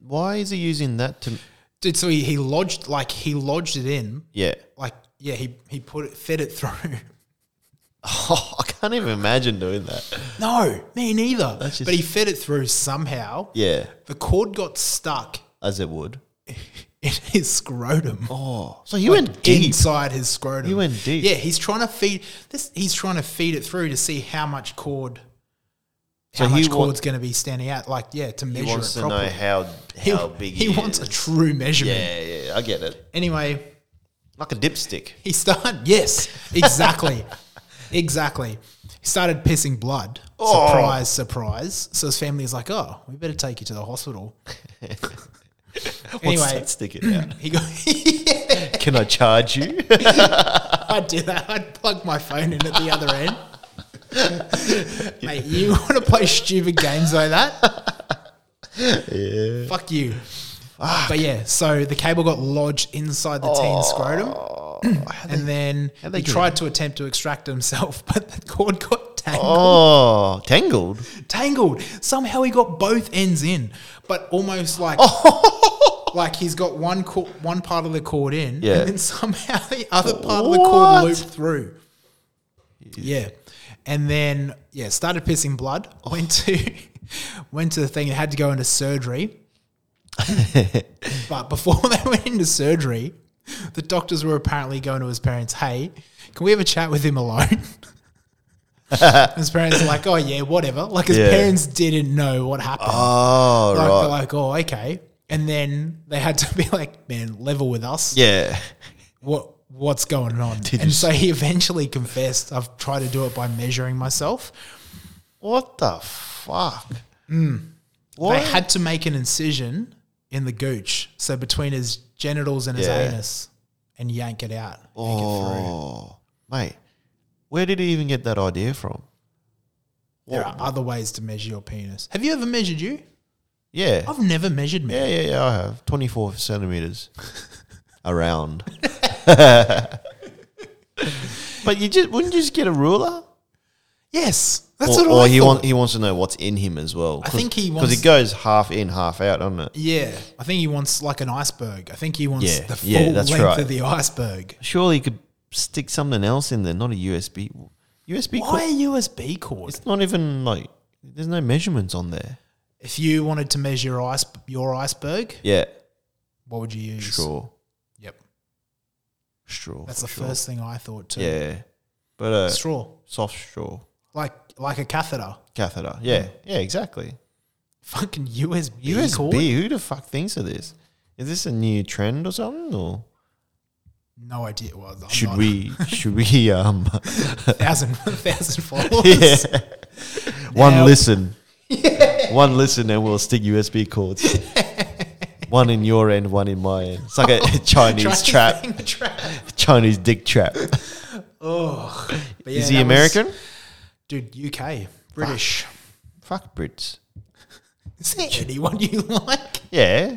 Why is he using that to? dude. So he, he lodged like he lodged it in. Yeah. *laughs* Like yeah, he he put it fed it through. *laughs* Oh, I can't even imagine doing that. no, me neither. That's just- but he fed it through somehow. Yeah, The cord got stuck as it would. in *laughs* his scrotum. Oh, so he went deep. inside his scrotum. He went deep. Yeah, he's trying to feed this. He's trying to feed it through to see how much cord, So how he much wa- cord's going to be standing out. Like, yeah, to He measure wants it to properly. know how he how big he it wants a is. true measurement. Yeah, yeah, I get it. Anyway, Like a dipstick. he started. *laughs* Yes, exactly, exactly. He started pissing blood. Oh. Surprise, surprise. So his family is like, "Oh, we better take you to the hospital." What's anyway, that stick it out? *laughs* he got. *laughs* Can I charge *laughs* you? I'd do that. I'd plug my phone in at the other *laughs* end. Mate, you want to play stupid games like that? Yeah. Fuck you. But yeah, so the cable got lodged inside the teen's scrotum. and then Oh. they he do tried to attempt to extract himself, *laughs* but the cord got tangled. oh, tangled. tangled. Somehow he got both ends in, but almost like *laughs* like he's got one cor- one part of the cord in, Oh. Yeah. and then somehow the other part of the cord What? looped through. Yeah, and then yeah, started pissing blood. *laughs* Went to went to the thing and had to go into surgery. but before *laughs* they went into surgery, the doctors were apparently going to his parents. Hey, can we have a chat with him alone? *laughs* his parents are like, oh yeah, whatever. Like his Yeah. parents didn't know what happened. Oh, like right. they're like, oh okay. And then they had to *laughs* be like, man, level with us. yeah. What what's going on? and so he eventually confessed. I've tried to do it by measuring myself. What the fuck? What? They Hmm. had to make an incision in the gooch, so between his genitals and his Yeah. anus, and yank it out. yank it through. oh, mate. Where did he even get that idea from? There are other ways to measure your penis. Have you ever measured you? Yeah. I've never measured me. yeah, yeah, yeah. I have *laughs* twenty-four centimeters around. but you just wouldn't you just get a ruler? Yes, that's what or or I he thought. wants he wants to know what's in him as well. I think he because wants- it goes half in, half out, doesn't it? yeah, I think he wants like an iceberg. I think he wants Yeah, the full yeah, that's length right. of the iceberg. Surely you could stick something else in there, not a USB. USB. Why cord- a USB cord? It's not even like there's no measurements on there. If you wanted to measure your ice, your iceberg, Yeah. what would you use? Straw. Yep, Straw. that's for the sure. first thing I thought too. Yeah. But uh, Straw, soft straw like like a catheter, *laughs* catheter. Yeah. Yeah. Exactly. fucking USB, USB. cord. Who the fuck thinks of this? Is this a new trend or something? Or No idea. Well, I'm should not- *laughs* we? should we? Um. *laughs* thousand *laughs* thousand followers? yeah. *laughs* One Now- *laughs* listen. One listen, and we'll stick USB *laughs* cords. one in your end, one in my end. It's *laughs* like a Chinese Chinese trap, thing, trap. Chinese dick trap. Oh, but yeah, Is that he was- American? dude, UK, British. Fuck Brits. Is there anyone you *laughs* like? Yeah,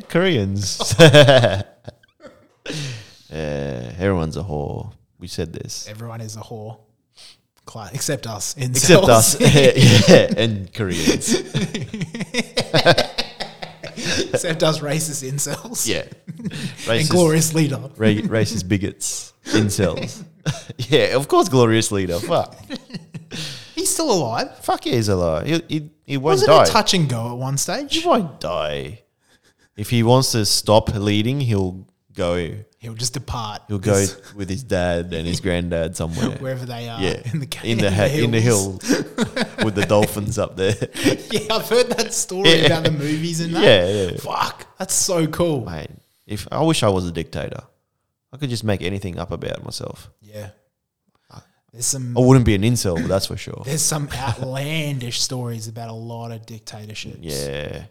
*laughs* Koreans. *laughs* yeah, everyone's a whore. We said this. Everyone is a whore, Cla- except us. incels. Except us. *laughs* yeah, and Koreans. *laughs* except us, racist incels. Yeah. and Racist, glorious leader. ra- racist bigots. Incels. *laughs* yeah, of course, glorious leader. Fuck. He's still alive. Fuck yeah, he's alive. He, he, he won't Wasn't die. it touch and go at one stage? he won't die. If he wants to stop leading, he'll go. He'll just depart. He'll go This- with his dad and his granddad *laughs* somewhere. wherever they are. yeah, in the ca- in the, ha- in the hill with the dolphins up *laughs* there. *laughs* yeah, I've heard that story Yeah. about the movies and that. Yeah, yeah. Fuck, that's so cool. Mate, if I wish I was a dictator, I could just make anything up about myself. Yeah, there's some I wouldn't be an incel, but that's *laughs* for sure. there's some outlandish stories about a lot of dictatorships. Yeah,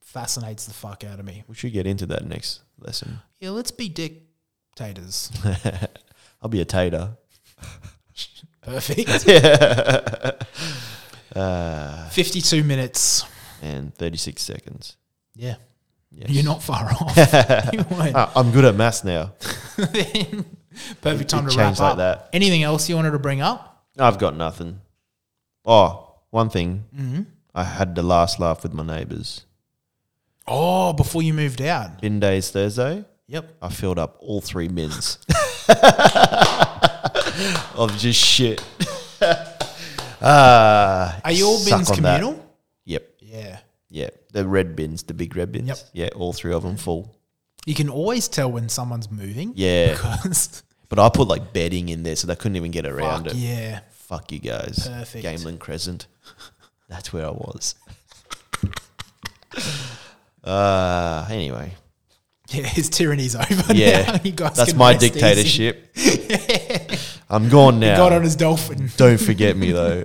fascinates the fuck out of me. we should get into that next *laughs* lesson. *laughs* Yeah, let's be dictators. I'll be a tater. *laughs* Perfect. Uh, 52 minutes. and thirty six seconds. Yeah. Yes. You're not far *laughs* off. you weren't. *laughs* Ah, I'm good at maths now. Perfect time it to wrap changed like up. that. Anything else you wanted to bring up? I've got nothing. Oh, one thing. Mm-hmm. I had the last laugh with my neighbours. Oh, before you moved out. Bin days Thursday. Yep. I filled up all *laughs* three mins of just *laughs* shit. Ah, Are your suck bins on that. communal? Yep, Yeah. yeah. The red bins, the big red bins. Yep. Yeah, all three of them full. You can always tell when someone's moving. *laughs* Yeah. Because, But I put like bedding in there, so they couldn't even get around fuck it. yeah. Fuck you guys. Perfect. Gameland Crescent. *laughs* That's where I was. *laughs* uh anyway. Yeah, his tyranny's *laughs* over Yeah. *laughs* now. You guys That's can my rest easy. dictatorship. *laughs* I'm gone now. Got on his dolphin. Don't forget me *laughs* though.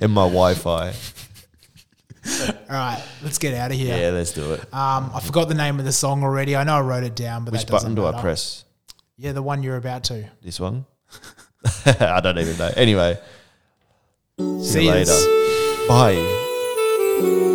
and my Wi-Fi. All right, let's get out of here. Yeah, let's do it. Um, I forgot the name of the song already. I know I wrote it down, but Which that doesn't button do I matter. press? Yeah, the one you're about to. This one. *laughs* I don't even know. Anyway, see you later. Bye.